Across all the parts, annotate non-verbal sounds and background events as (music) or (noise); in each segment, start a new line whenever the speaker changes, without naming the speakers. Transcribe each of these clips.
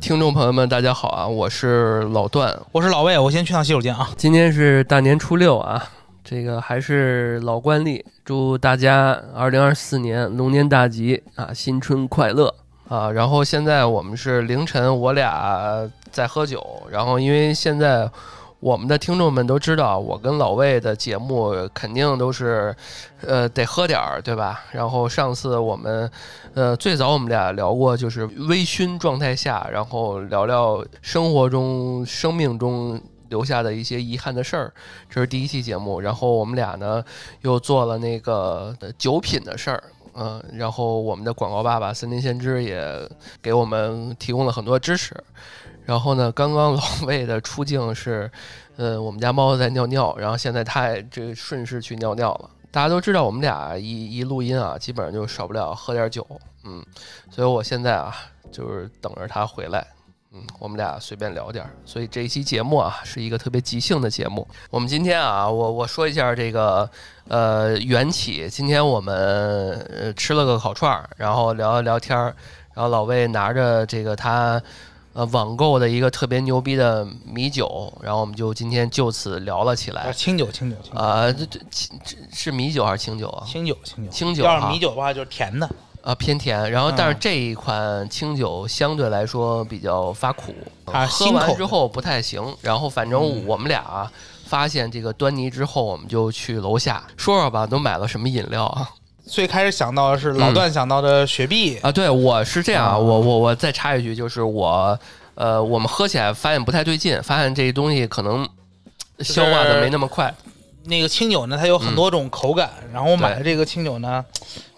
听众朋友们，大家好啊！我是老段，
我是老魏，我先去趟洗手间啊。
今天是大年初六啊，这个还是老惯例，祝大家二零二四年龙年大吉啊，新春快乐啊！然后现在我们是凌晨，我俩在喝酒，然后因为现在。我们的听众们都知道，我跟老魏的节目肯定都是，呃，得喝点儿，对吧？然后上次我们，呃，最早我们俩聊过，就是微醺状态下，然后聊聊生活中、生命中留下的一些遗憾的事儿，这是第一期节目。然后我们俩呢，又做了那个呃酒品的事儿。嗯，然后我们的广告爸爸森林先知也给我们提供了很多支持，然后呢，刚 (laughs) 刚老魏的出镜是，呃，我们家猫在尿尿，然后现在它也这顺势去尿尿了。大家都知道，我们俩一一录音啊，基本上就少不了喝点酒，嗯，所以我现在啊，就是等着它回来，嗯，我们俩随便聊点儿。所以这一期节目啊，是一个特别即兴的节目。我们今天啊，我我说一下这个，呃，缘起。今天我们呃吃了个烤串儿，然后聊了聊天儿，然后老魏拿着这个他。呃网购的一个特别牛逼的米酒，然后我们就今天就此聊了起来
啊。清酒，清酒，清酒，
啊，这这清这是米酒还是清酒啊？
清酒，清酒，啊
清酒
要是
哈
米酒的话，就是甜的，
啊，偏甜。然后，但是
嗯
这一款清酒相对来说比较发苦，
啊
喝
辛
完
口
之
的
后不太行。然后，反正我们俩啊发现这个端倪之后，我们就去楼下说说吧，都买了什么饮料啊？
最开始想到的是老段想到的雪碧，
啊，对，我是这样啊，我我我再插一句，就是我，呃，我们喝起来发现不太对劲，发现这东西可能消化的没那么快。
那个清酒呢，它有很多种口感，然后我买的这个清酒呢，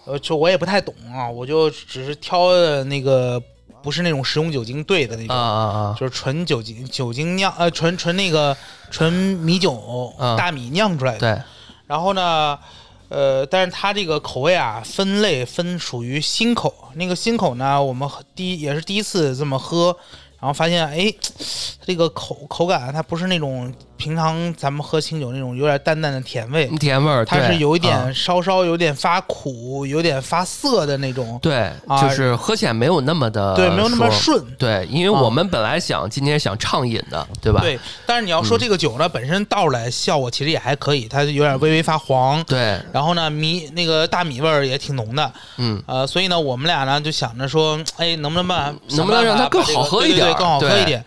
呃，就我也不太懂啊，我就只是挑的那个不是那种食用酒精兑的那
啊
种。
啊啊！
就是纯酒精酒精酿，呃，纯纯那个纯米酒、
嗯
大米酿出来的。
对，
然后呢，呃，但是它这个口味啊，分类分属于新口。那个新口呢，我们喝第一也是第一次这么喝，然后发现哎，它这个口口感啊它不是那种平常咱们喝清酒那种有点淡淡的甜味，
甜味儿，嗯
它
对
是有一
啊
点稍稍有点发苦，有点发涩的那种，
对，
啊
就是喝起来没有那么的
对，没有那么顺。
呃对，因为我们本来想今天想畅饮的，对吧？
对，但是你要说
嗯
这个酒呢，本身倒出来效果其实也还可以，它有点微微发黄，
对，
然后呢，米那个大米味儿也挺浓的，
嗯，
呃，所以呢，我们俩呢就想着说，哎，能不能把
能不能让它
想办法
更
把这个
好喝
对
一点
对
儿
对更好喝
对
一点。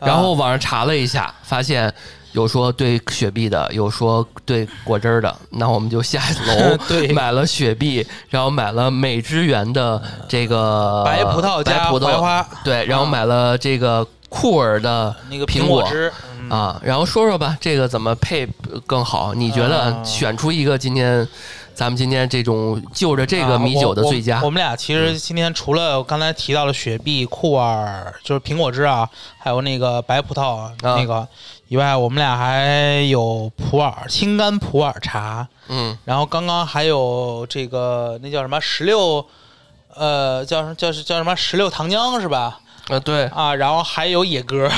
然后网上查了一下，发现有说兑雪碧的，有说兑果汁儿的，那我们就下楼
(laughs) 对
买了雪碧，然后买了美汁源的这个
白葡萄加
白葡萄
槐花
对，然后买了这个酷儿的
那个
苹
苹
果
果汁，嗯
啊，然后说说吧，这个怎么配更好？你觉得
啊
选出一个今天，咱们今天这种就着这个
啊
米
我
酒的
我
最佳
我们俩其实今天除了我刚才提到的雪碧、酷儿，就是苹果汁啊，还有那个白葡萄、啊那个
啊
以外，我们俩还有普洱青柑普洱茶，
嗯，
然后刚刚还有这个那叫什么十六，呃，叫什叫叫什么十六糖浆是吧？
啊，对
啊，然后还有野
(laughs)
哥，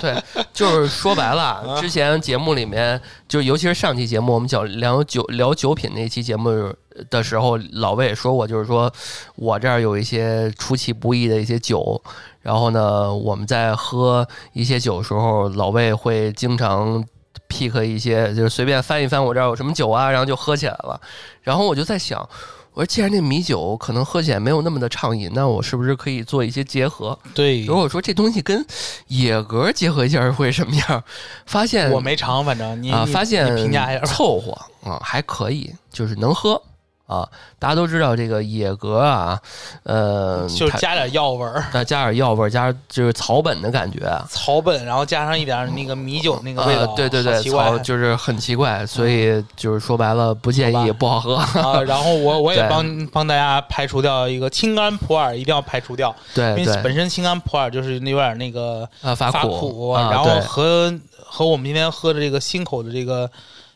对，就是说白了，之前节目里面，就尤其是上期节目，我们讲聊酒聊酒品那期节目的时候，老魏也说过，就是说我这儿有一些出其不意的一些酒，然后呢，我们在喝一些酒的时候，老魏会经常 pick 一些，就是随便翻一翻我这儿有什么酒啊，然后就喝起来了。然后我就在想。我说，既然那米酒可能喝起来没有那么的畅饮，那我是不是可以做一些结合？
对
如果说这东西跟野格结合一下会什么样？发现
我没尝，反正你
啊，
你
发现
你评价一下吧。
凑合啊，还可以，就是能喝啊。大家都知道这个野格啊，呃，
嗯就是
它
加点药味儿，
它加点药味儿，加点就是草本的感觉啊。
草本，然后加上一点那个米酒那个味
呃
道，，
对对
好
对，
奇怪啊嗯
草就是很奇怪，所以就是说白了，不建议
好吧
也不好喝。 (laughs)
啊。然后我我也
对
帮帮大家排除掉一个青柑普洱，一定要排除掉，因
对
为
哎对，
本身青柑普洱就是那有点那个
啊，发
发
苦，啊，
然后
对
和和我们今天喝的这个新口的这个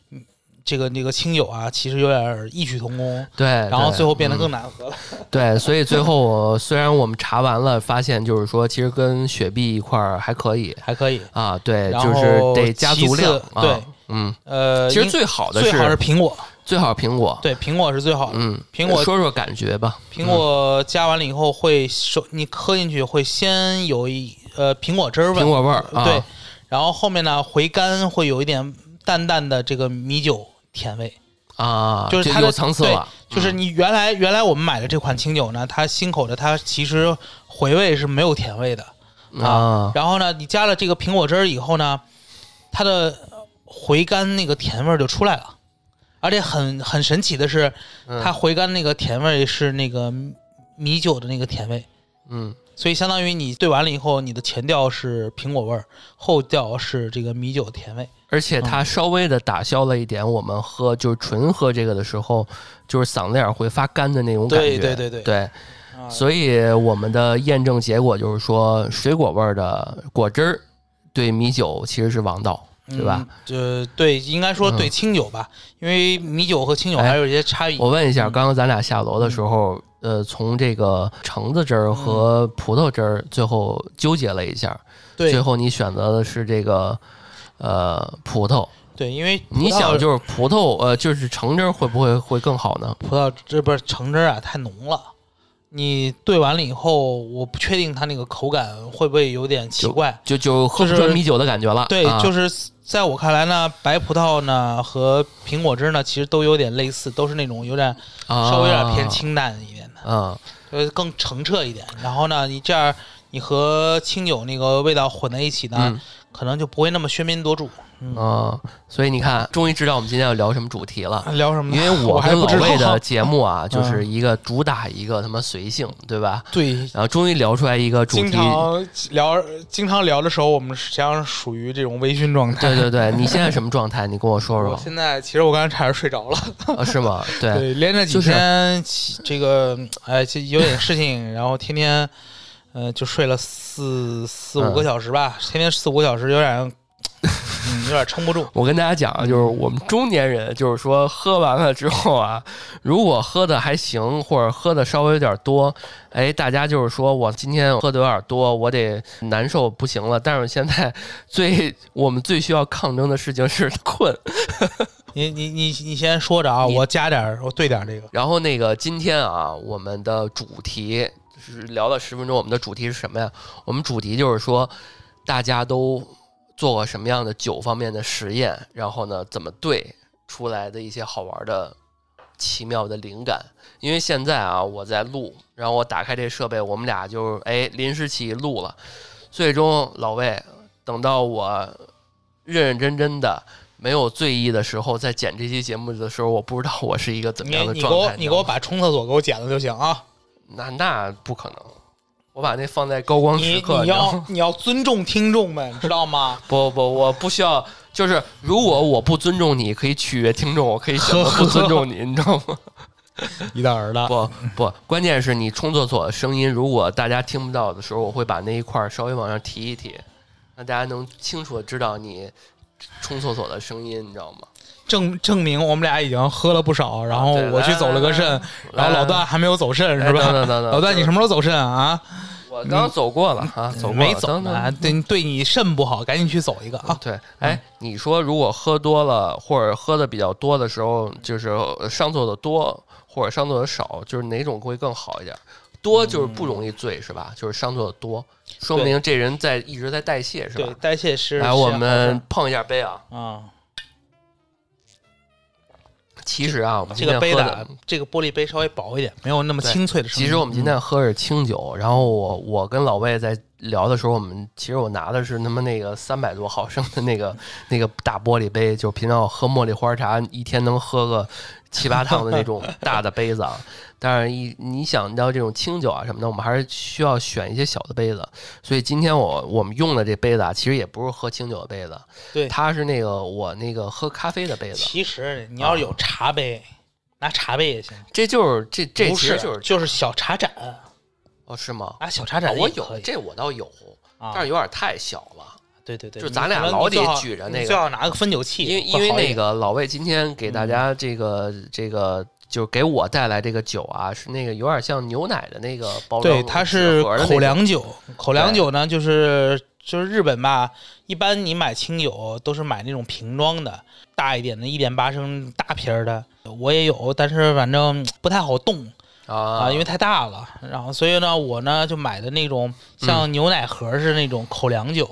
嗯这个这个清酒啊，其实有点异曲同工，
对，
然后
哎对
最后变得
嗯
更难喝了。
对，所以最后我虽然我们查完了，发现就是说，其实跟雪碧一块儿还可以
还可以，
啊，对，
然
就
后
是得加足
其次
量，啊
对，
嗯，
呃，
其实
应
最好的
最好是
是
苹果，
最好苹果。
对，苹果是最好的。
嗯，
苹果
说说感觉吧。
苹果加完了以后会首，你喝进去会先有一呃苹果汁儿味，
苹果味儿啊
对，然后后面呢回甘会有一点淡淡的这个米酒甜味，
啊，
就是
这
它的
有层次了。
对就是你原来原来我们买的这款清酒呢，它新口的它其实回味是没有甜味的，
啊，
然后呢你加了这个苹果汁儿以后呢，它的回甘那个甜味儿就出来了，而且很很神奇的是，
嗯
它回甘那个甜味是那个米酒的那个甜味。
嗯
所以相当于你兑完了以后，你的前调是苹果味儿，后调是这个米酒甜味。
而且它
嗯
稍微的打消了一点我们喝就是纯喝这个的时候，就是嗓子眼儿会发干的那种感觉。
对对对对
对，
啊
所以我们的验证结果就是说，水果味儿的果汁儿对米酒其实是王道，对吧？？
嗯、呃，对，应该说对清酒吧，因为米酒和清酒
哎
还有一些差异。
我问一下，
嗯
刚刚咱俩下楼的时候，呃，从这个橙子汁儿和葡萄汁儿最后纠结了一下，最
嗯对
后你选择的是这个呃葡萄。
对，因为葡萄
你想就是葡萄呃就是橙汁儿会不会会更好呢？
葡萄这不是橙汁儿啊，太浓了。你兑完了以后，我不确定它那个口感会不会有点奇怪。
就就喝不
就
出
是
米酒的感觉了。
对，
啊
就是在我看来呢，白葡萄呢和苹果汁呢，其实都有点类似，都是那种有点稍微有点偏。清淡一点的。
啊
呃，更澄澈一点。然后呢，你这样你和清酒那个味道混在一起呢，
嗯
可能就不会那么喧宾夺主。
嗯啊，所以你看，终于知道我们今天要聊什么主题
(laughs)
了。
聊什么
因
呢？
为
我还
跟
不
老
知
魏
道 (laughs) 嗯
的。节目啊，就是一个主打一个他妈随性，对吧？
对，
然后终于聊出来一个主
经
题。
常聊，经常聊的时候，我们实际上属于这种微醺 (laughs) 状态。
对对对，你现在什么状态？你跟我说
我
说
现在其实我刚才差点睡着了，
啊，是
(laughs)
吗？对，
对，连着
就
几
是
天起这个，哎，这有点事情，然后天天，呃，就睡了四四五个小时吧，天天四五个小时，有点， (laughs) 嗯，有点撑不住。
我跟大家讲啊，就是我们中年人，就是说喝完了之后啊，如果喝的还行，或者喝的稍微有点多，哎，大家就是说我今天喝的有点多，我得难受不行了。但是现在最我们最需要抗争的事情是困。
你你你你先说着啊，
你
我加点儿，我兑点儿这个。
然后那个今天啊，我们的主题就是聊了十分钟，我们的主题是什么呀？我们主题就是说，大家都做过什么样的酒方面的实验，然后呢，怎么兑出来的一些好玩的、奇妙的灵感。因为现在啊，我在录，然后我打开这设备，我们俩就哎临时起意录了。最终老魏等到我认认真真的。没有醉意的时候，在剪这期节目的时候，我不知道我是一个怎么
你
样的
你给
状
我
态。
你给我把冲厕所给我剪了就行啊！
那那不可能，我把那放在高
(laughs)
光
你
时刻。
你
知道
要
吗
你要尊重听众们，知道吗？
不不，我不需要。就是如果我不尊重你，可以取悦听众，我可以选择不尊重你， (laughs) 你知道吗？
(laughs) 一大儿的，
不不，关键是你冲厕所的声音，如果大家听不到的时候，我会把那一块儿稍微往上提一提，让大家能清楚的知道你冲厕所的声音，你知道吗？
证证明我们俩已经喝了不少，然后
啊对
我去走了个
来
肾，然后老段还没有走肾
哎
是
等等
吧？
等等，
(laughs) 老段，你什么时候走肾啊？
我刚走过了啊，走过了
没走
等等
呢，对你对你肾不好，赶紧去走一个啊！
对，哎，你说如果喝多了或者喝的比较多的时候，就是呃上厕所多或者上厕所少，就是哪种会更好一点？多就是不容易
嗯
醉，是吧？就是上厕所多，说明这人在一直在代谢，是吧
嗯对，？代谢是
来，
是
我
好
们碰一下杯啊。
事儿啊，
其实啊，我们
这
今天
个
喝
杯的
的，
这个玻璃杯稍微薄一点，没有那么
对
清脆的声音。嗯
其实我们今天喝的是清酒。然后我我跟老魏在聊的时候，我们其实我拿的是他妈那个三百多毫升的那个那个大玻璃杯，就平常我喝茉莉花茶一天能喝个七八趟的那
(laughs)
种大的杯子啊。但是一你想到这种清酒啊什么的，我们还是需要选一些小的杯子。所以今天我我们用的这杯子啊，其实也不是喝清酒的杯子，
对
它是那个我那个喝咖啡的杯啊子。
其实你要是有茶杯，拿茶杯也行。
这就是这这
不
其实
是，
就是
就是小茶盏，
哦是吗？
拿小茶盏
啊我
也可
有
以
这我倒有，
啊
但是有点太小了。
对对对，
就
你
咱俩
可能
老
你最
得
好
举着
你
那个
最好拿个分酒器，
因为因
会
为
好一
那
点嗯
个老魏今天给大家这个、这个，就给我带来这个酒啊，是那个有点像牛奶的那个包装，
对，它
纸
是
盒的那
口
种啊
粮酒，口粮酒呢就是就是日本吧，一般你买清酒都是买那种瓶装的，大一点的，一点八升大瓶儿的。我也有，但是反正不太好冻
啊
啊，因为太大了。然后所以呢，我呢就买的那种像牛奶盒似的那种口粮酒，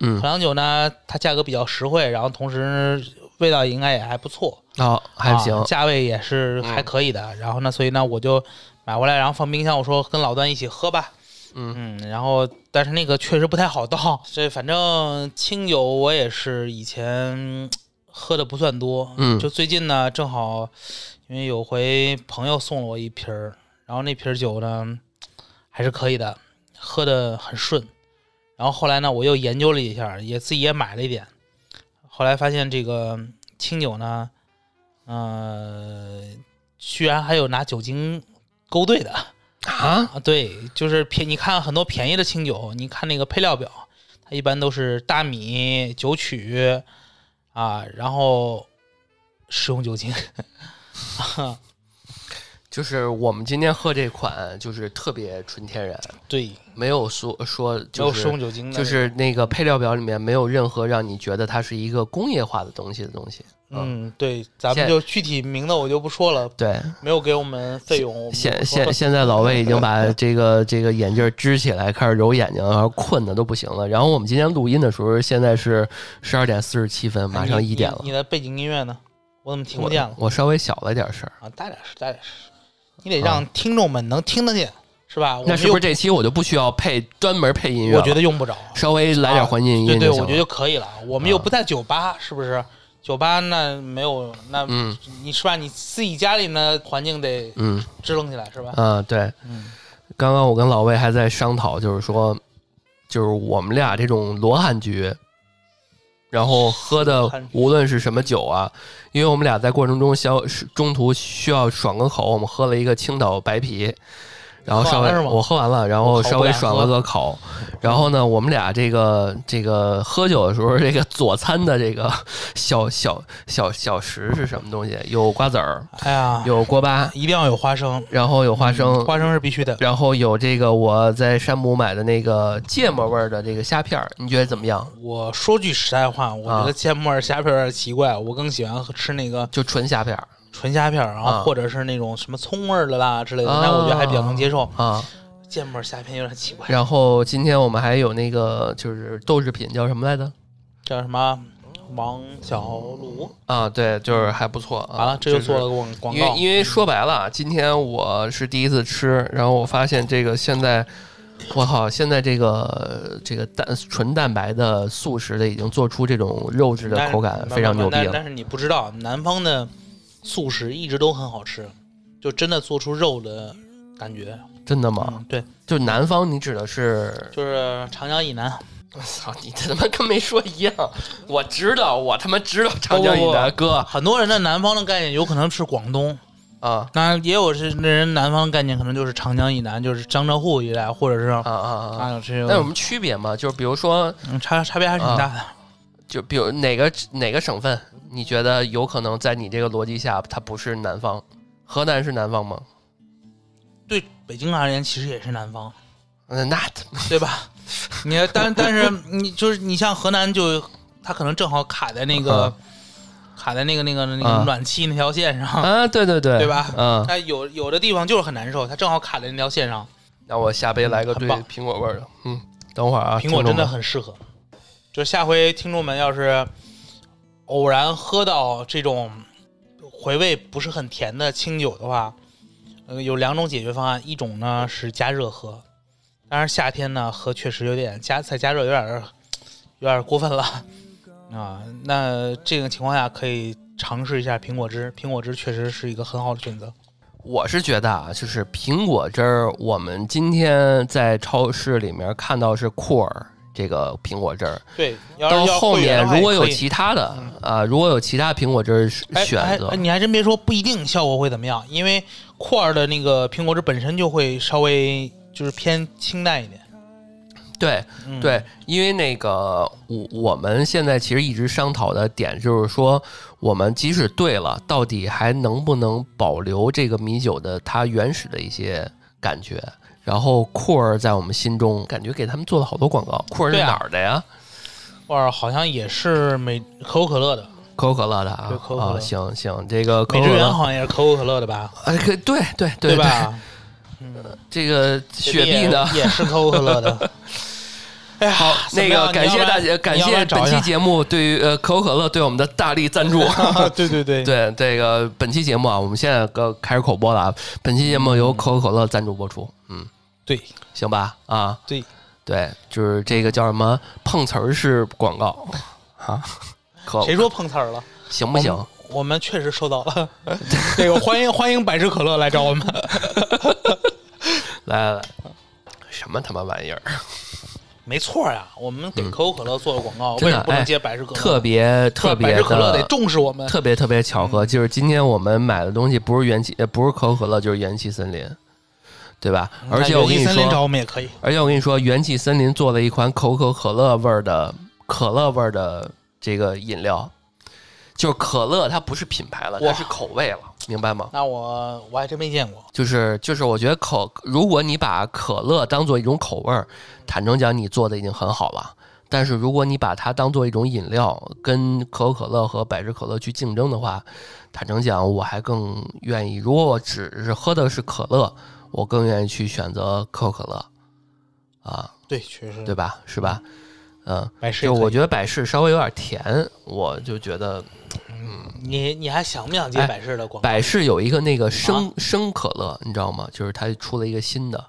嗯
口粮酒呢它价格比较实惠，然后同时味道应该也还不错，
哦还行嗯
啊，价位也是还可以的。然后呢，所以呢我就买回来，然后放冰箱，我说跟老段一起喝吧。嗯然后但是那个确实不太好倒， (laughs) 这反正清酒我也是以前喝的不算多，
嗯
就最近呢正好因为有回朋友送了我一瓶儿，然后那瓶儿酒呢还是可以的，喝的很顺。然后后来呢，我又研究了一下，也自己也买了一点，后来发现这个清酒呢，呃，居然还有拿酒精勾兑的。
啊
啊，对，就是便，你看很多便宜的清酒，你看那个配料表，它一般都是大米、酒曲啊，然后食用酒精，
就是我们今天喝这款就是特别纯天然，
(laughs) 对，
没有说说
没
就
有食用
是
酒精的，
就是那个配料表里面没有任何让你觉得它是一个工业化的东西的东西。
嗯，对，咱
啊现
们就具体名字我就不说了，
对，
没有给我们费用，我们就
现
不说
现
(laughs) 了
现在老魏已经
(laughs)
把这个这个眼镜支起来，开始揉眼睛，然后困的都不行了。然后我们今天录音的时候，现在是十二点四十七分，马上
你
一点
你
了。
你的背景音乐呢？我怎么听不
我
见了？
我稍微小了点声儿，
啊，大点声，大点声，你得让听众们能听得见，是吧？我
啊那
们
是不
又
是这期我就不需要配专门配音乐了？
我觉得用不着，
稍微来点环境音
对
乐
对，
就行
我
了啊
觉得就可以了。我们又不在酒吧，是不是？酒吧那没有，那
嗯
你是吧？你自己家里呢，环境得
嗯
支棱起来，是吧？
啊，对，
嗯
刚刚我跟老魏还在商讨，就是说，就是我们俩这种罗汉局，然后喝的
罗汉局
无论是什么酒啊，因为我们俩在过程中消中途需要爽个口，我们喝了一个青岛白啤，然后稍微
喝完了是吗
我喝完了，然后
我口
稍
不
微
敢
爽了
喝
个口，然后呢，我们俩这个这个喝酒的时候，这个佐餐的这个 (laughs) 小小小小食是什么东西？有瓜子儿，
哎嗯呀，
嗯有嗯锅巴，
一定要有花生，
然后有花生，
花生是必须的。
然后有这个我在山姆买的那个芥末味儿的这个虾片儿，你觉得怎么样？
我说句实在话，我觉
啊
得芥末虾片有点奇怪，我更喜欢吃那个
就纯虾片儿
纯虾片，然
啊
后或者是那种什么葱味儿的啦之类的，
啊
那我觉得还比较能接受。
啊。
芥末虾片有点奇怪，
然后今天我们还有那个就是豆制品叫什么来着？
叫什么王小卤？
啊，对，就是还不错啊。
完了，这就做
是
了广广
因为
告。
因为说白了啊，今天我是第一次吃，然后我发现这个现在，我靠，现在这个这个蛋纯蛋白的素食的已经做出这种肉质的
但是
口感，
慢
非常
慢
牛逼啊
但
了
但是你不知道，南方的素食一直都很好吃，就真的做出肉的感觉。
真的吗？
嗯，对，
就南方，你指的是
就是长江以南，
我操，你这他妈跟没说一样！我知道，我他妈知道长江以南哥
很多人的南方的概念有可能是广东，
啊
那也有是那人南方的概念可能就是长江以南，就是江浙沪一带，或者是
啊啊啊！啊
啊这
那有什
种
么区别吗？就是比啊如说，
嗯差差别还是挺大的。
就比如哪个哪个省份，你觉得有可能在你这个逻辑下，它不是南方？河南是南方吗？
对北京而言，其实也是南方，
嗯，那
对吧？你
(laughs)
但但是你就是你像河南就，它可能正好卡在那个、卡在那个那个那
啊
个暖气那条线上，
啊，对对对，
对吧
嗯，
它有有的地方就是很难受，它正好卡在那条线上。
那我下杯来个
嗯
对
很棒
苹果味儿的，嗯，等会儿啊，
苹果
听
真
众
的
们
很适合，就下回听众们要是偶然喝到这种回味不是很甜的清酒的话，呃，有两种解决方案，一种呢是加热喝，当然夏天呢喝确实有点加再加热有点儿有点儿过分了 (laughs) 啊。那这个情况下可以尝试一下苹果汁，苹果汁确实是一个很好的选择。
我是觉得啊，就是苹果汁儿，我们今天在超市里面看到是库尔这个苹果汁儿，
对，要
到
是要
后
会员
面
的话
如果
也
有
可以嗯
其他的啊，如果有其他苹果汁儿选
哎
选择
哎哎，你还真别说，不一定效果会怎么样，因为库尔的那个苹果汁本身就会稍微就是偏清淡一点。
对
嗯、，
对，因为那个我我们现在其实一直商讨的点就是说，我们即使对了，到底还能不能保留这个米酒的它原始的一些感觉？然后库尔在我们心中感觉给他们做了好多广告，库尔是
对啊
哪儿的呀？
库尔好像也是美可口可乐的，
可口可乐的啊
对可口可乐
啊，行行，这个可
美
口
汁
可
源
乐，
好像也是可口可乐的吧？
哎，可对对对，
吧？啊
对 (laughs) 这个雪碧呢？
也也是可口可乐的。哎
(laughs)
呀，
好，(laughs)
怎
那
么样
个感谢大家，感谢本期。节目对于呃可口可乐对我们的大力
(laughs)
赞助。
你要不要找一下对对对，
对这个本期节目啊，我们现在个开始口播了啊。本期节目由可口可乐赞助播出，嗯，
对
行吧？啊，
对
对，就是这个叫什么碰瓷儿式广
(laughs)
告啊，可
谁说碰瓷儿了？
行不行？
我们确实收
(laughs)
到了，这个欢迎欢迎百事可乐来找我们。 (laughs)
来来来，什么他妈玩意儿？
没错呀，我们给可口可乐做了广告，
嗯真
为
的哎
什么不能接百事可乐？
特别特别
百
的
事可乐得重视我
(laughs)
们。
特别特别巧
嗯
合，就是今天我们买的东西不是元气，呃，不是可口可乐，就是元气森林，对吧？
嗯
而且我跟你
森林找
说，
我们也可以。
而且我跟你说，元气森林做了一款可口可乐味儿的可乐味儿的这个饮料，就是可乐，它不是品牌了，
哇
它是口味了，明白吗？
那我我还真没见过。
就是就是，我觉得可，如果你把可乐当做一种口味儿，坦诚讲，你做的已经很好了。但是如果你把它当做一种饮料，跟可口可乐和百事可乐去竞争的话，坦诚讲，我还更愿意。如果我只是喝的是可乐，我更愿意去选择可口可乐，啊，
对，确实
对吧？是吧？嗯，
百事也
就
可以
我觉得百事稍微有点甜，我就觉得
你你还想不想接
哎
百事的广告？
百事有一个那个
啊
生、生可乐，你知道吗？就是它出了一个新的，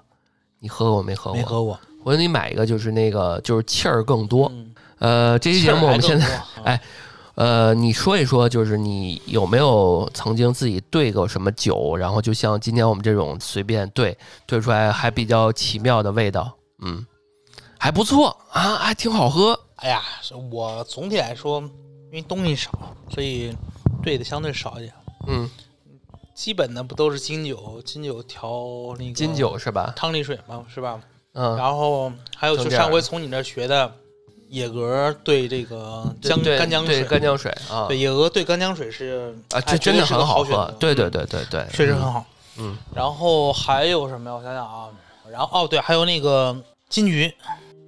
你喝过没喝过？
没喝过。
我给你买一个，就是那个就是气儿更多。
嗯，
呃，这期节目我们现在，
哎，
哎，呃，你说一说，就是你有没有曾经自己兑过什么酒，然后就像今天我们这种随便兑，兑出来还比较奇妙的味道，嗯，还不错啊，还挺好喝。
哎呀，是我总体来说，因为东西少，所以兑的相对少一点。
嗯，
基本的不都是金酒，金酒调那个
金酒是吧？
汤力水嘛，是吧？
嗯，
然后还有就
整点儿
上回从你那儿学的野格兑这个
对
姜
对
干姜
对
水，
干姜水啊
对野鹅兑干姜水是
啊，
哎
这
绝
真
对
的
是个
很好
选
喝
择，
对对对对对，
确实
嗯
很好。
嗯，
然后还有什么呀？我想想啊，然后哦对，还有那个金桔，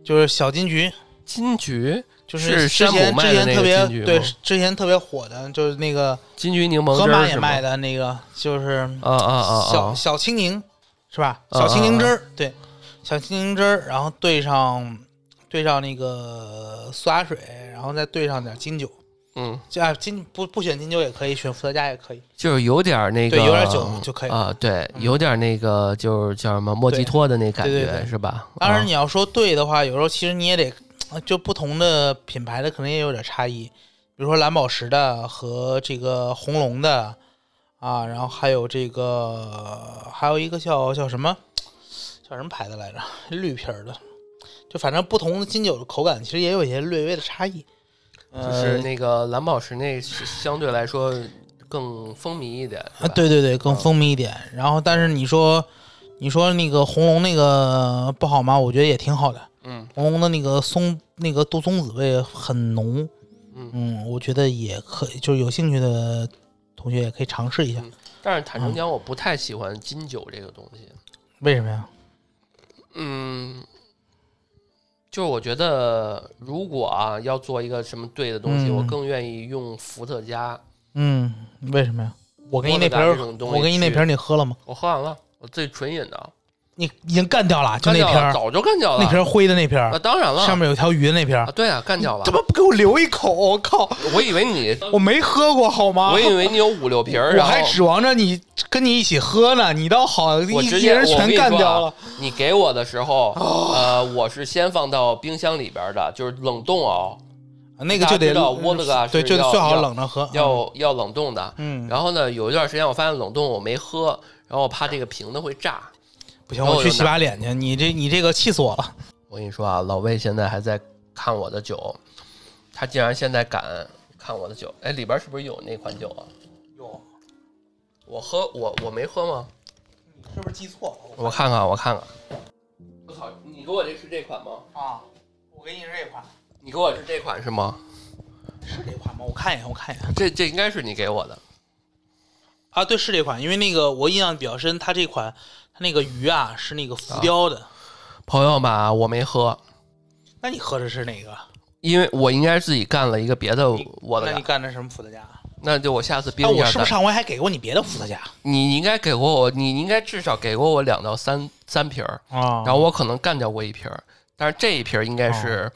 就是小金桔，
金桔，
就是
是山
之
姆
前之
卖的
前
那个
特别
金桔吗
对之前特别火的，就是那个
金桔柠檬
盒
汁
马
儿
也
是吗
卖的那个，就是
啊啊啊啊！
小小青柠是吧？
啊
小青柠
啊
汁儿，对，小青柠汁儿，然后兑上兑上那个苏打水，然后再兑上点金酒。
嗯，
就啊，金不不选金酒也可以，选伏特加也可以。
就是有点儿那个，
对有点酒就可以嗯
啊。对，有点儿那个，就是叫什么莫吉托的那感
对对
觉
对
是吧？
当然，
啊
你要说对的话，有时候其实你也得，呃就不同的品牌的可能也有点差异。比如说蓝宝石的和这个红龙的啊，然后还有这个还有一个叫叫什么叫什么牌子来着，绿皮儿的，就反正不同的金酒的口感其实也有一些略微的差异。
嗯就是
呃
那个蓝宝石那是相对来说更风靡一点
啊，，对对对，更
嗯
风靡一点。然后，但是你说你说那个红龙那个不好吗？我觉得也挺好的。
嗯，
红龙的那个松那个杜松子味很浓，
嗯
我觉得也可以，就是有兴趣的同学也可以尝试一下。
嗯但是坦诚讲，我不太喜欢金酒这个东西。
为什么呀？
嗯，就是我觉得如果啊要做一个什么对的东西，
嗯
我更愿意用伏特加。
嗯，为什么呀？我给你那瓶
波
儿
特达这种，东西
我给你那
去
瓶儿，你喝了吗？
我喝完了，我自己纯饮的，
你已经干掉了，就
干
那
掉
瓶
了，
儿，
早就干掉了。
那瓶儿灰的那瓶儿
啊，，当然了，
上面有条鱼的那瓶儿
啊，，对啊，干掉了
怎。么不给我留一口？我靠，
我以为你
我没喝过好吗？
我以为你有五六瓶儿，
啊我
然后
还指望着你跟你一起喝呢，你倒好，
我
一
直
一
接
人
我跟
全
你
干
说
掉了啊
啊。。你给我的时候，呃，我是先放到冰箱里边的，就是冷冻熬，
那个就
大家
得
知道窝子嘎是
对，就
要
最好
要
冷着喝。
要要冷冻的。
啊嗯，
然后呢，有一段时间我发现冷冻我没喝，然后我怕这个瓶子会炸。
不行，
然后
我去
就
洗
拿
把脸去。你这你这个气死我了。
我跟你说啊，老魏现在还在看我的酒，他竟然现在敢看我的酒，哎，里边是不是有那款酒啊？
哟，
我喝我我没喝吗？
你是不是记错了？
我看看我看看。我操，你给我这是这款吗？
啊，我给你是这款，
你给我是这款是吗？
是这款吗？我看一眼，我看一眼。
这这应该是你给我的。
啊，对，是这款，因为那个我印象比较深，它这款它那个鱼啊是那个浮雕的。
朋友们啊，我没喝，
那你喝的是哪个？
因为我应该自己干了一个别的
你
我的
那你
呀，
干的什么伏特加？啊，哦
那就我下次冰一
我
下
是不
蛋
是。上回还给过你别的伏特加
你你应该给过我，你应该至少给过我两到三三瓶儿，
啊
然后我可能干掉过一瓶儿，但是这一瓶儿应该是，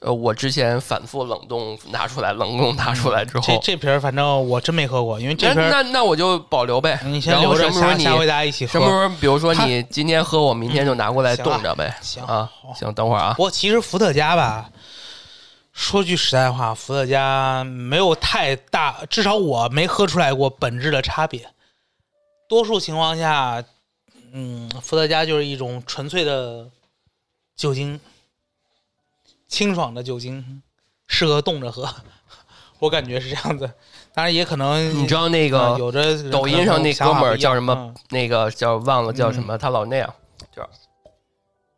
哦
呃，我之前反复冷冻拿出来，冷冻拿出来之
嗯这
后，
这瓶儿反正我真没喝过，因为这
那
瓶儿
那那我就保留呗。
你先
然后
留
什
着
么时候
下
你
下回大家一起喝。
什么时候，比如说
它
你今天喝，我明天就拿过来
行
冻着呗。
行
啊，
好
行，等会
(laughs)
儿啊
不，过其实伏特加吧，说句实在话，伏特加没有太大，至少我没喝出来过本质的差别。多数情况下，嗯，伏特加就是一种纯粹的酒精，清爽的酒精，适合冻着喝。我感觉是这样子，当然也可能
你知道那
啊
个
有着人
抖音
可能
上那
想法
哥们儿
不一样
叫什么
嗯
那个叫忘了叫什么，他老那样，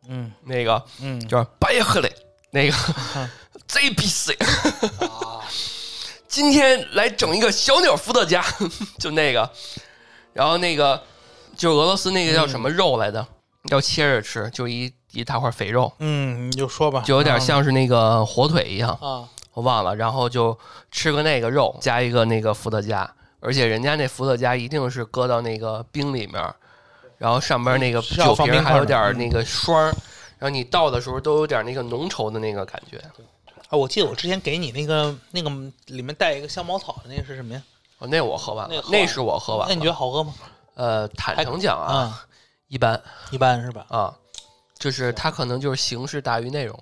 嗯
那个
嗯
叫白喝嘞，那个
嗯
ZBC，
啊，
(laughs) 今天来整一个小鸟伏特加， (laughs) 就那个，然后那个就俄罗斯那个叫什么肉来的，要切着吃，就一一大块肥肉，
嗯，你就说吧，
就有点
嗯
像是那个火腿一样，
啊，
我忘了，然后就吃个那个肉，加一个那个伏特加，而且人家那伏特加一定是搁到那个冰里面儿，然后上边那个
是要
酒
放
瓶
冰
还
块
有
的
点儿
嗯
那个霜儿，然后你倒的时候都有点儿那个浓稠的那个感觉
啊，我记得我之前给你那个那个里面带一个香茅草的那个是什么呀？
哦，那我喝完
那
了
喝，完
那是我喝完
那你觉
了。
得好喝吗？
呃，坦诚讲啊，
啊、
一般
一般是吧？
啊，就是它可能就是形式大于内容，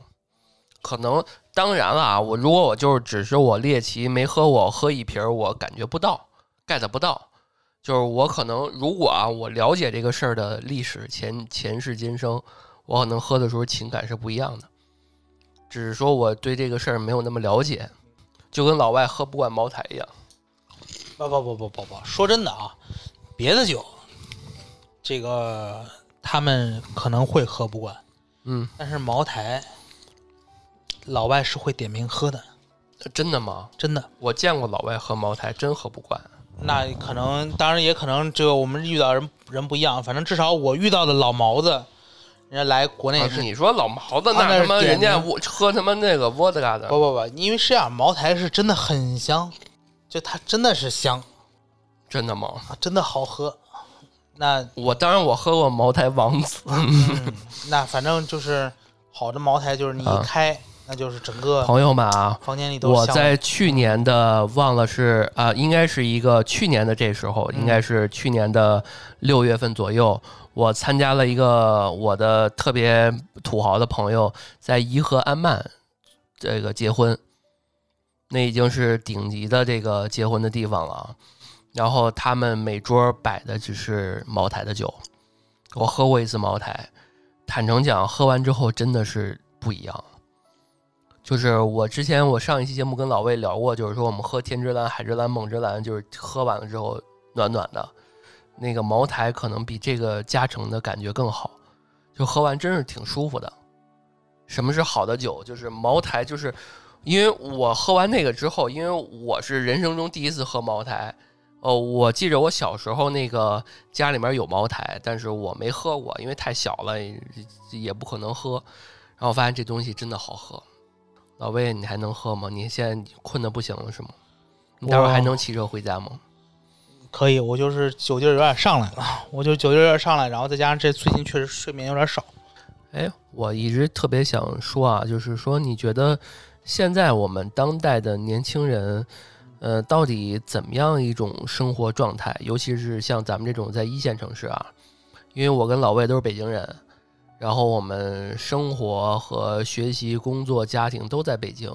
可能当然了啊，我如果我就是只是我猎奇没喝我喝一瓶儿，我感觉不到 get 不到，就是我可能如果啊我了解这个事儿的历史前前世今生，我可能喝的时候情感是不一样的，只是说我对这个事儿没有那么了解，就跟老外喝不惯茅台一样。
不不不不不不，说真的啊，别的酒，这个他们可能会喝不惯，
嗯，
但是茅台，老外是会点名喝的，
真的吗？
真的。
我见过老外喝茅台，真喝不惯。
那可能，当然也可能，这个我们遇到人人不一样，反正至少我遇到的老毛子，人家来国内
啊
也是
你说老毛子
啊那
那他
是
妈
点
人家
名
我喝他妈那个伏特加的
不，不不，因为是这样，茅台是真的很香，就它真的是香
真的吗？
啊，真的好喝。那嗯
我当然我喝过茅台王子，
那反正就是好的茅台，就是你
啊
一开，那就是整个
(laughs) 朋友们啊，
房间里都
我
是香味。
在去年的忘了是啊、应该是一个去年的这时候，应
嗯
该是去年的六月份左右，我参加了一个我的特别土豪的朋友在颐和安曼这个结婚，那已经是顶级的这个结婚的地方了啊。然后他们每桌摆的只是茅台的酒，我喝过一次茅台，坦诚讲，喝完之后真的是不一样。就是我之前我上一期节目跟老魏聊过，就是说我们喝天之蓝、海之蓝、梦之蓝，就是喝完了之后暖暖的，那个茅台可能比这个加成的感觉更好，就喝完真是挺舒服的。什么是好的酒？就是茅台，就是因为我喝完那个之后，因为我是人生中第一次喝茅台。哦，我记着我小时候那个家里面有茅台，但是我没喝过，因为太小了，也也不可能喝。然后我发现这东西真的好喝，老魏，你还能喝吗？你现在困的不行了是吗？你待会儿还能骑车回家吗？
可以，我就是酒劲儿有点上来了，我就酒劲儿有点上来，然后再加上这最近确实睡眠有点少。
哎，我一直特别想说啊，就是说，你觉得现在我们当代的年轻人，呃，到底怎么样一种生活状态？尤其是像咱们这种在一线城市啊，因为我跟老魏都是北京人，然后我们生活和学习、工作、家庭都在北京。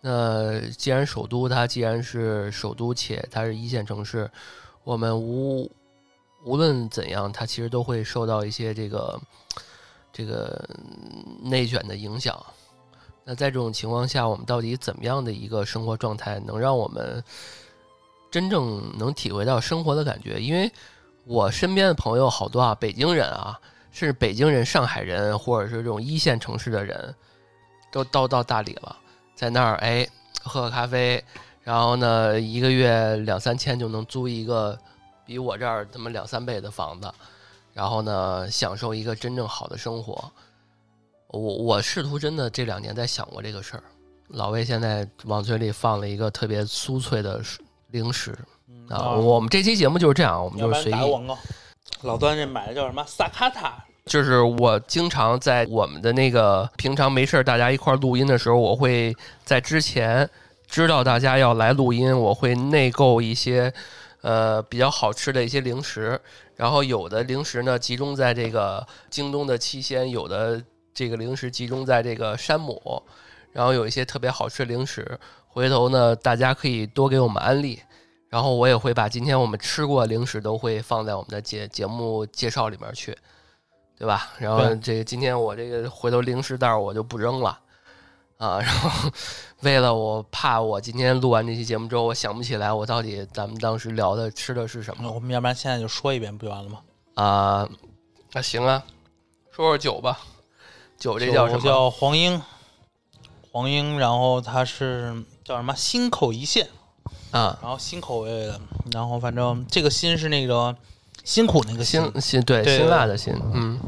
那既然首都它既然是首都，且它是一线城市，我们无无论怎样，它其实都会受到一些这个这个嗯内卷的影响。那在这种情况下，我们到底怎么样的一个生活状态能让我们真正能体会到生活的感觉？因为我身边的朋友好多啊，北京人啊，甚至北京人、上海人，或者是这种一线城市的人，都到到大理了，在那儿哎喝个咖啡，然后呢一个月两三千就能租一个比我这儿他妈两三倍的房子，然后呢，享受一个真正好的生活。我我试图真的这两年在想过这个事儿，老魏现在往嘴里放了一个特别酥脆的水零食
嗯
啊。我们这期节目就是这样，我们
要
就
不
是随
然打个
意。
广告。老段这买的叫什么？萨卡塔。
就是我经常在我们的那个平常没事儿大家一块儿录音的时候，我会在之前知道大家要来录音，我会内购一些呃比较好吃的一些零食，然后有的零食呢集中在这个京东的七鲜，有的这个零食集中在这个山姆，然后有一些特别好吃的零食，回头呢大家可以多给我们安利。然后我也会把今天我们吃过的零食都会放在我们的节节目介绍里面去，对吧？然后
对
这个今天我这个回头零食袋儿我就不扔了啊。然后为了我怕我今天录完这期节目之后我想不起来我到底咱们当时聊的吃的是什么
嗯我们要不然现在就说一遍不就完了吗？
啊、那行啊，说说酒吧，酒这叫什
就
么？
叫黄英，黄英，然后它是叫什么？心口一线，
啊，
然后新口味的，然后反正这个辛是那个辛苦那个辛
辛辛对
对
辛辣的辛，嗯，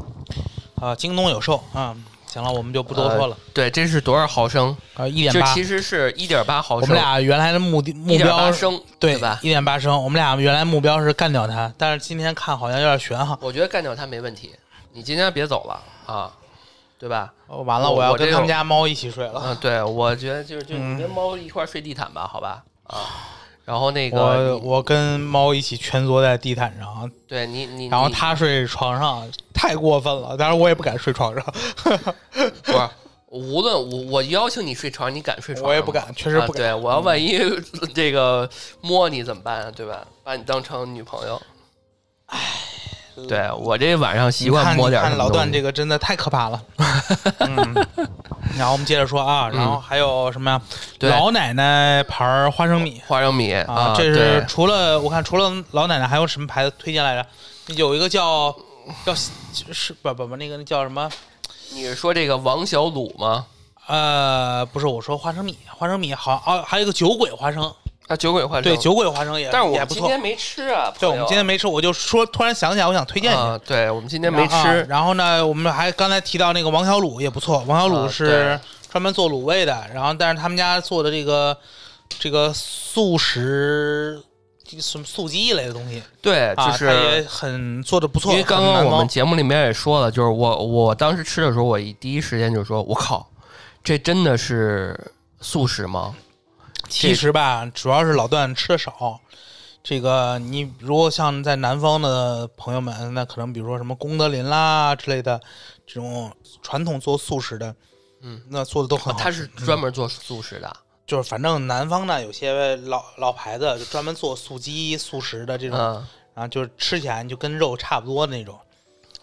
啊，京东有售啊。行了，我们就不多说了
对，这是多少毫升？
啊，一点
这
八
其。实是一点八毫
我
升，
们俩原来的目的目
一点八
标是
升，
对
吧？
一点八升，我们俩原来目标是干掉它，但是今天看好像有点悬哈。
我觉得干掉它没问题，你今天别走了啊，对吧？
哦完了，
我
我要
我这
跟他们
有
家猫一起睡了。
嗯，对，我觉得就是就
嗯
你跟猫一块儿睡地毯吧，好吧？啊，然后那
我
个你，
我跟猫一起蜷缩在地毯上，
对你你，
然后
你
它睡床上，太过分了。当然我也不敢睡床上， (laughs)
不是，无论我我邀请你睡床，你敢睡床？
我也不。敢，确实
啊，
不敢。
对，我要万一这个摸你怎么办啊？对吧？把你当成女朋友。唉，对我这晚上习
你
惯
看
摸点
你
儿什
看
么
老段
东西
这个真的太可
(laughs)
怕了。嗯，然后我们接着说啊，然后还有什么呀？
对
老奶奶牌儿花生米
花生米
啊，这
对
是除了我看除了老奶奶还有什么牌子推荐来着？有一个叫叫是不不不那个那叫什么？
你是说这个王小卤吗？
呃，不是，我说花生米，花生米好哦，还有一个酒鬼花生，
啊，酒鬼花生
对，，酒鬼花生也
但是我
也
们
不
今
错。
天没吃啊。
对，我
朋
们
友
今天没吃，我就说突然想起来，我想推荐一下。
啊，对我们今天没
然后啊
吃，
然后呢，我们还刚才提到那个王小卤也不错，王小
啊
卤
对
是专门做卤味的，然后但是他们家做的这个这个素食这个什么素鸡一类的东西，
对，就
啊，它也
是。
很做的不错。
因为刚
很
刚
难
我们
忘
节目里面也说了，就是我我当时吃的时候，我一第一时间就说：“我靠，这真的是素食吗？”
其实吧，主要是老段吃的少。这个你如果像在南方的朋友们，那可能比如说什么功德林啦之类的这种传统做素食的，
嗯，
那哦做的都很好。
他是专门做素食的，
就是反正南方呢，有些老老牌子就专门做素鸡、素食的这种，
嗯，
然后就是吃起来就跟肉差不多的那种。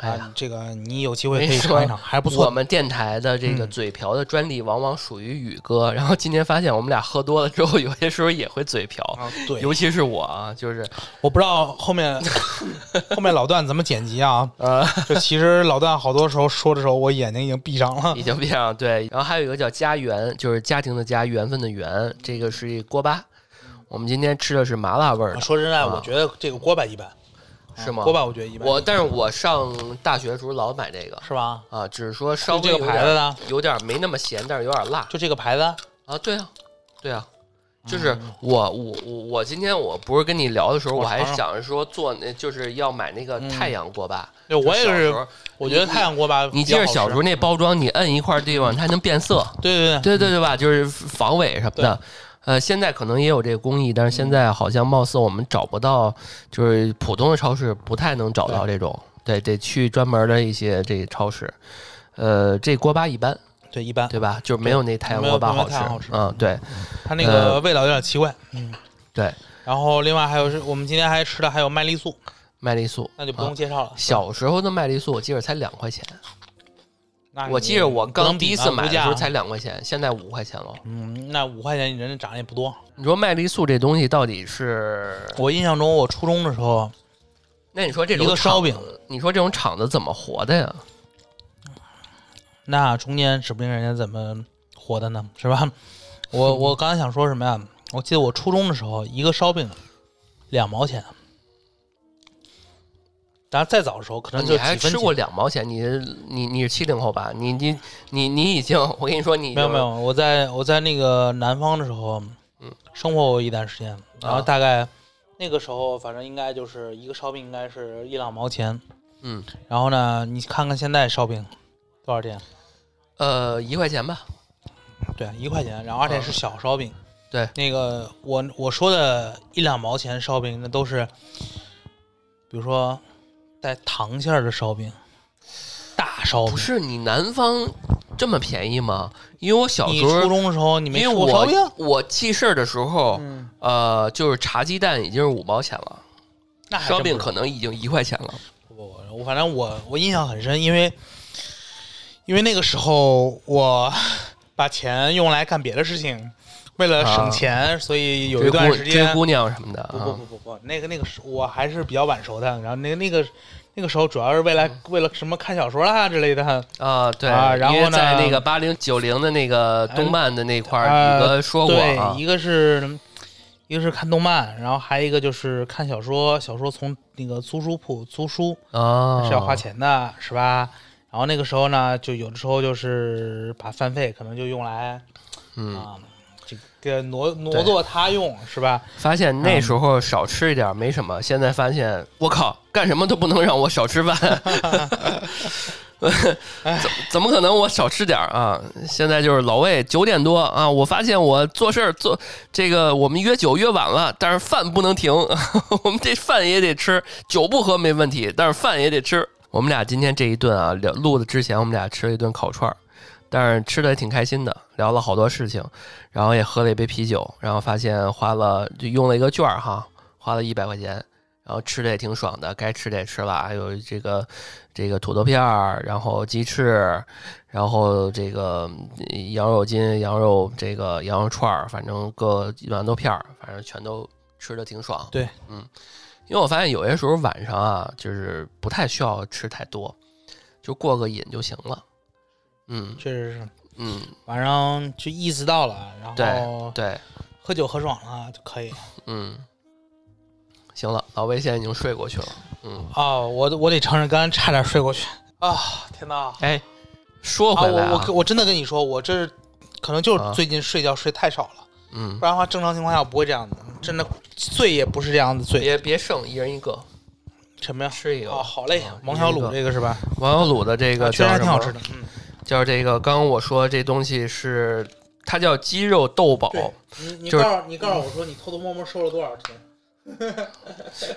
哎呀
啊，这个你有机会可
没
以
说
尝一尝，还不
我
错。嗯
们电台的这个嘴瓢的专利往往属于宇哥，然后今天发现我们俩喝多了之后， (laughs) 有些时候也会嘴瓢，
啊，对，
尤其是我啊，就是
我不知道
(laughs)
后面后面老段怎么剪辑啊？
呃，
就其实老段好多时候说的时候，我眼睛已经闭上了
已。经变了。对，然后还有一个叫家园，就是家庭的家，缘分的缘，这个是一锅巴。我们今天吃的是麻辣味儿的，
说真在，
啊
我觉得这个锅巴一般，啊
是吗
锅？巴我觉得一般，
我但是我上大学的时候老买这个
是吧？
啊，只是说稍
就
微
这个
有
牌
点
子呢，
有点没那么咸，但是有点辣
就这个牌子，
啊。对啊，对啊，就是我我我我今天我不是跟你聊的时候，
我
我还
尝尝
想着说做那就是要买那个太阳锅巴。
对我也
就小时
是，
候，
我觉得太阳锅巴
你
比
记
较好
得
吃。嗯
小时候那包装，你摁一块地方它能变色。
对对对，
对对对吧？就是防伪什么的。呃，现在可能也有这个工艺，但是现在好像貌似我们找不到，就是普通的超市不太能找到这种，对，得去专门的一些这个超市。呃，这锅巴一般，
对一般，
对吧？就是没有那太阳
没有
锅巴
没有
好吃。
太阳好吃
嗯，对
它那个
嗯
味道有点奇怪。
对，
然后另外还有是我们今天还吃的还有麦丽素，
麦丽素。嗯
那就不用介绍了。
小时候的麦丽素，我记得才两块钱。
那你
我记得我
不能
刚
比
第一
啊
次买的时
物
候
价
才两块钱，现在五块钱了。
嗯，那五块钱人家涨得也不多。
你说麦丽素这东西到底是
我印象中我初中的时候，
那你说这种
一个烧
厂
饼
子，你说这种厂子怎么活的呀？
那中间指不定人家怎么活的呢，是吧？我 (laughs) 我刚才想说什么呀？我记得我初中的时候，一个烧饼两毛钱，然后再早的时候可能就
你
几
还
分钱。
吃过两毛钱？你你你是七零后吧？你你你你已经，我跟你说，你已经
没有没有，我在我在那个南方的时候，嗯，生活过一段时间，然
啊
后大概那个时候，反正应该就是一个烧饼应该是一两毛钱，
嗯，
然后呢，你看看现在烧饼多少钱？
呃一块钱吧？
对，一块钱，然后而且
啊
是小烧饼。
对，
那个我我说的一两毛钱烧饼，那都是，比如说带糖馅儿的烧饼，大烧饼
不。是你南方这么便宜吗？因为我小
你
时
初
候，
中的时候你没
因为
吃过烧饼？
我我记事儿的时候，
嗯，
呃，就是茶鸡蛋已经是五毛钱了，
那还真
烧饼
哎不是
可能已经一块钱了。
不不，不我反正我我印象很深，因为因为那个时候我把钱用来干别的事情，为了省钱，所以有一
追
段
姑
时
追
间
姑娘什么的
不不
啊
不不不，那个那个时我还是比较晚熟的，然后那个那个那个时候主要是为了、为了什么看小说啦之类的，
啊，对，
啊然后
因为在
呢
那个八零九零的那个
哎
动漫的那块
呃
儿，宇哥说过啊
对，，一个是一个是看动漫，然后还有一个就是看小说，小说从那个租书铺租书，
啊
是要花钱的，是吧？然后那个时候呢，就有的时候就是把饭费可能就用来，
嗯
啊，这个挪挪作他用，是吧？
发现那时候少吃一点没什么，现在发现我靠，干什么都不能让我少吃饭，怎怎么可能我少吃点儿啊？现在就是老魏九点多啊，我发现我做事儿做这个我们约酒约晚了，但是饭不能停， (laughs) 我们这饭也得吃，酒不喝没问题，但是饭也得吃。我们俩今天这一顿啊，聊录的之前我们俩吃了一顿烤串儿，但是吃的也挺开心的，聊了好多事情。然后也喝了一杯啤酒，然后发现花了就用了一个券儿哈，花了一百块钱，然后吃的也挺爽的，该吃的也吃了，还有这个这个土豆片儿，然后鸡翅，然后这个嗯羊肉筋、羊肉这个羊肉串儿，反正各馒头片儿，反正全都吃的挺爽。
对，
嗯，因为我发现有些时候晚上啊，就是不太需要吃太多，就过个瘾就行了。嗯
确实是，
嗯，
晚上就意识到了，然后
对。
喝酒喝爽了就可以。
嗯，行了，老魏现在已经睡过去了。嗯，
哦，我我得承认，刚才差点睡过去。啊、天哪！啊，
哎，说
我
回来、啊
我我真的跟你说，我这可能就是
啊
最近睡觉睡太少了，
嗯
不，然的话，正常情况下我不会这样子。真的醉也不是这样子醉，
别别剩，一人一个，
什么呀？
吃一个。
哦，好嘞
啊，
王小
一
卤
个
这个是吧？
王小卤的这
啊
个
确
叫
实还
什
挺
么？
好吃的。嗯，
叫这个，刚刚我说这东西是它叫鸡肉豆宝，
对你你
哦就是
告诉你告诉我说你偷偷摸摸收了多少钱？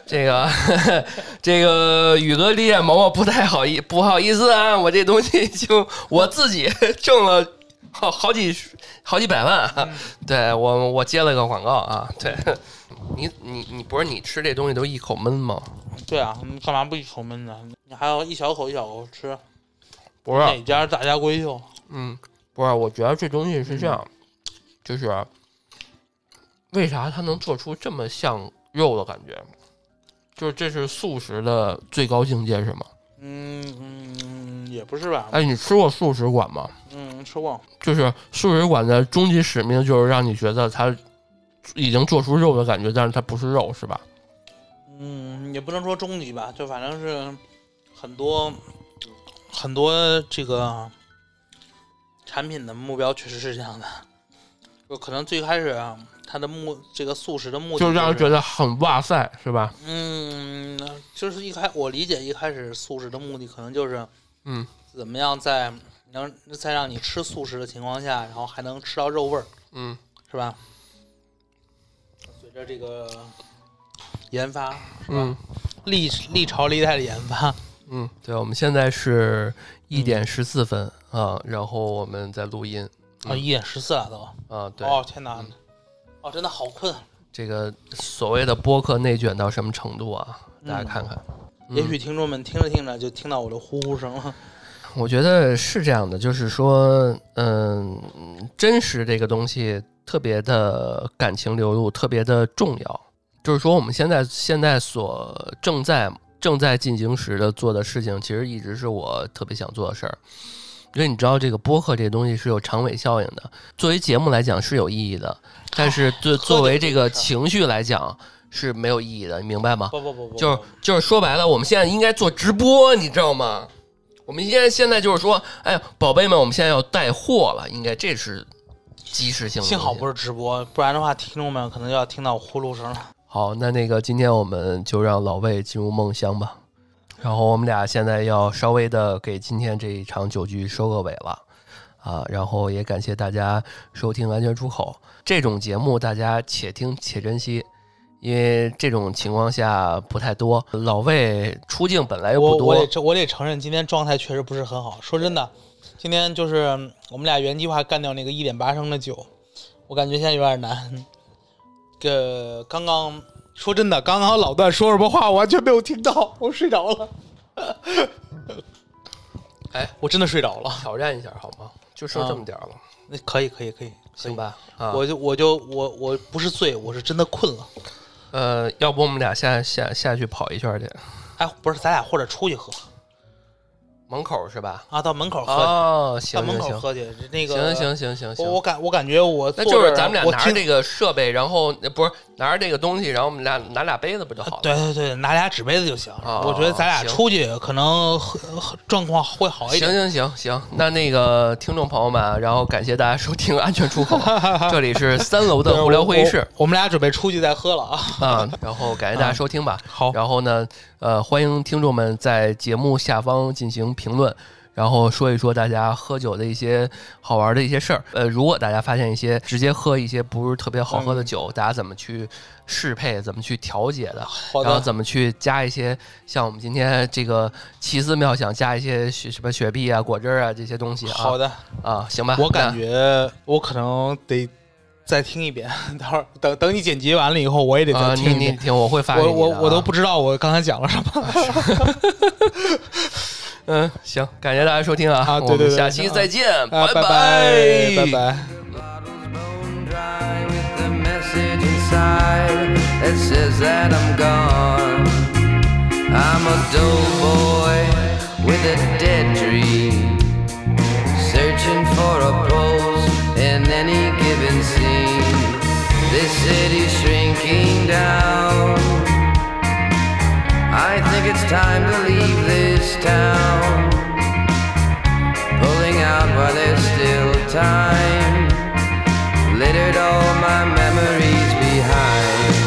这个 (laughs) 这个宇哥理解毛毛不太好意不好意思啊，我这东西就我自己 (laughs) 挣了好好几十好几百万、啊，对我我接了个广告啊，对 (laughs) 你你你不是你吃这东西都一口闷吗？
对啊，你干嘛不一口闷呢？你还要一小口一小口吃，
不
哪
是，啊
家大家闺秀？
嗯，不是，我觉得这东西是这样，就是啊为啥它能做出这么像肉的感觉？就是这是素食的最高境界是吗？
嗯嗯，也不是吧？
哎，你吃过素食馆吗？
嗯，吃过。
就是素食馆的终极使命就是让你觉得它已经做出肉的感觉，但是它不是肉，是吧？
嗯，也不能说终极吧，就反正是很多很多这个产品的目标确实是这样的，就可能最开始啊，它的目这个素食的目的
就是让人觉得很哇塞，是吧？
嗯，就是一开我理解一开始素食的目的可能就是，
嗯，
怎么样在能在让你吃素食的情况下，然后还能吃到肉味儿，
嗯，
是吧？随着这个研发，
嗯
历历朝历代的研发，啊
嗯，对，我们现在是一点十四分、啊，然后我们在录音
啊，一点十四了都，
啊，嗯对，
哦天哪
嗯，
哦真的好困，
这个所谓的播客内卷到什么程度啊？大家看看，嗯
也许听众们听着听着就听到我的呼呼声了，
我觉得是这样的，就是说，嗯，真实这个东西特别的感情流露，特别的重要。就是说，我们现在现在所正在正在进行时的做的事情，其实一直是我特别想做的事儿。因为你知道，这个播客这东西是有长尾效应的，作为节目来讲是有意义的，但是作作为这个情绪来讲是没有意义的，你明白吗？
不不不不，
就是就是说白了，我们现在应该做直播，你知道吗？我们现在现在就是说，哎呀，宝贝们，我们现在要带货了，应该这是及时性的东西。
幸好不是直播，不然的话，听众们可能要听到呼噜声了。
好，那那个今天我们就让老魏进入梦乡吧。然后我们俩现在要稍微的给今天这一场酒局收个尾了啊，然后也感谢大家收听《安全出口》这种节目，大家且听且珍惜，因为这种情况下不太多。老魏出镜本来又
我
不
我
多，
得我得承认，今天状态确实不是很好。说真的，今天就是嗯我们俩原计划干掉那个一点八升的酒，我感觉现在有点难。这刚刚说真的，刚刚老段说什么话我完全没有听到，我睡着了。 (laughs)
哎，
我真的睡着了。
挑战一下好吗？就剩这么点儿了，
那可以可以可以，
啊行吧？啊，
我就我就我我不是醉，我是真的困了。
呃，要不我们俩下下下去跑一圈去，
哎，不是，咱俩或者出去喝
门口是吧？
啊，到门口喝去，
哦，
到
行
门
行
口
行，
喝去。那个
行行行行行，
我我感我感觉我
那
坐
就是
这儿
咱们俩
我
拿着
听
这个设备，然后呃不是拿着这个东西，然后我们俩拿俩杯子不就好了？
对对对，拿俩纸杯子就行。
哦
我觉得咱俩
行
出去可能喝喝状况会好一
行
点。
行行行，那那个听众朋友们啊，然后感谢大家收听《安全出口》，
(laughs)
这里是三楼的
对
无聊会议室
我我我们俩准备出去再喝了啊。
啊、然后感谢大家收听吧。
好
然后呢，呃，欢迎听众们在节目下方进行评论，然后说一说大家喝酒的一些好玩的一些事儿。呃，如果大家发现一些直接喝一些不是特别好
嗯
喝的酒，大家怎么去适配，怎么去调节的？
好
然后
的，
怎么去加一些像我们今天这个奇思妙想加一些雪什么雪碧啊、果汁儿啊这些东西啊
(laughs) 好的，
啊，行吧？
我感
那
觉我可能得再听一遍。 (laughs) 等会儿等等你剪辑完了以后，我也得
啊、
再
你
听一
你
遍。
听，我会发给
我
你
我
的啊
我都不知道我刚才讲了什么。 (laughs)
嗯，行，感谢大家收听啊，
啊对
我
对
们
对
下期
啊
再见，
啊，拜
拜
拜拜。
bottle's bone dry with the message inside that says that I'm gone. I'm a dull boy with a dead dream, searching for a pulse in any given scene. This city's shrinking down. I think it's time to leave this town. Pulling out while there's still time littered all my memories behind.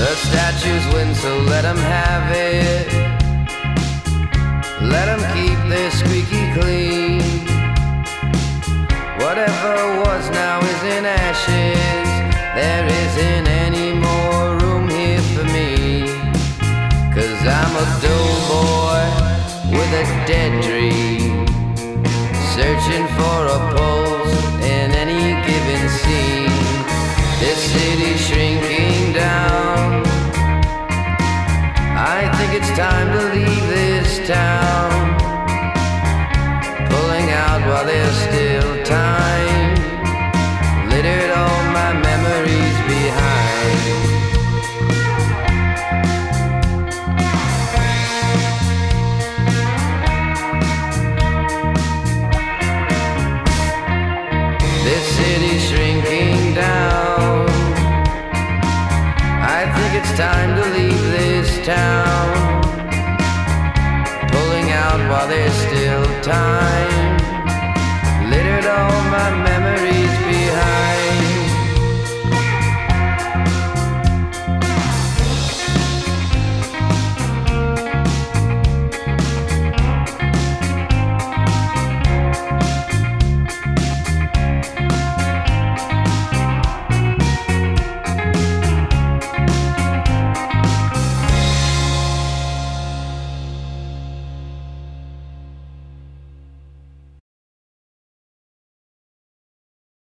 The statues win, so let 'em have it. Let 'em keep their squeaky clean. Whatever was now is in ashes. There isn't any more room here for me. Cause I'm a dull boy with a dead dream. Searching for a pulse in any given scene. This city's shrinking down. I think it's time to leave this town. Pulling out while there's still time. Littered all my memories behind. This city's shrinking down. I think it's time to leave this town. Pulling out while there's still time. Littered all my memories.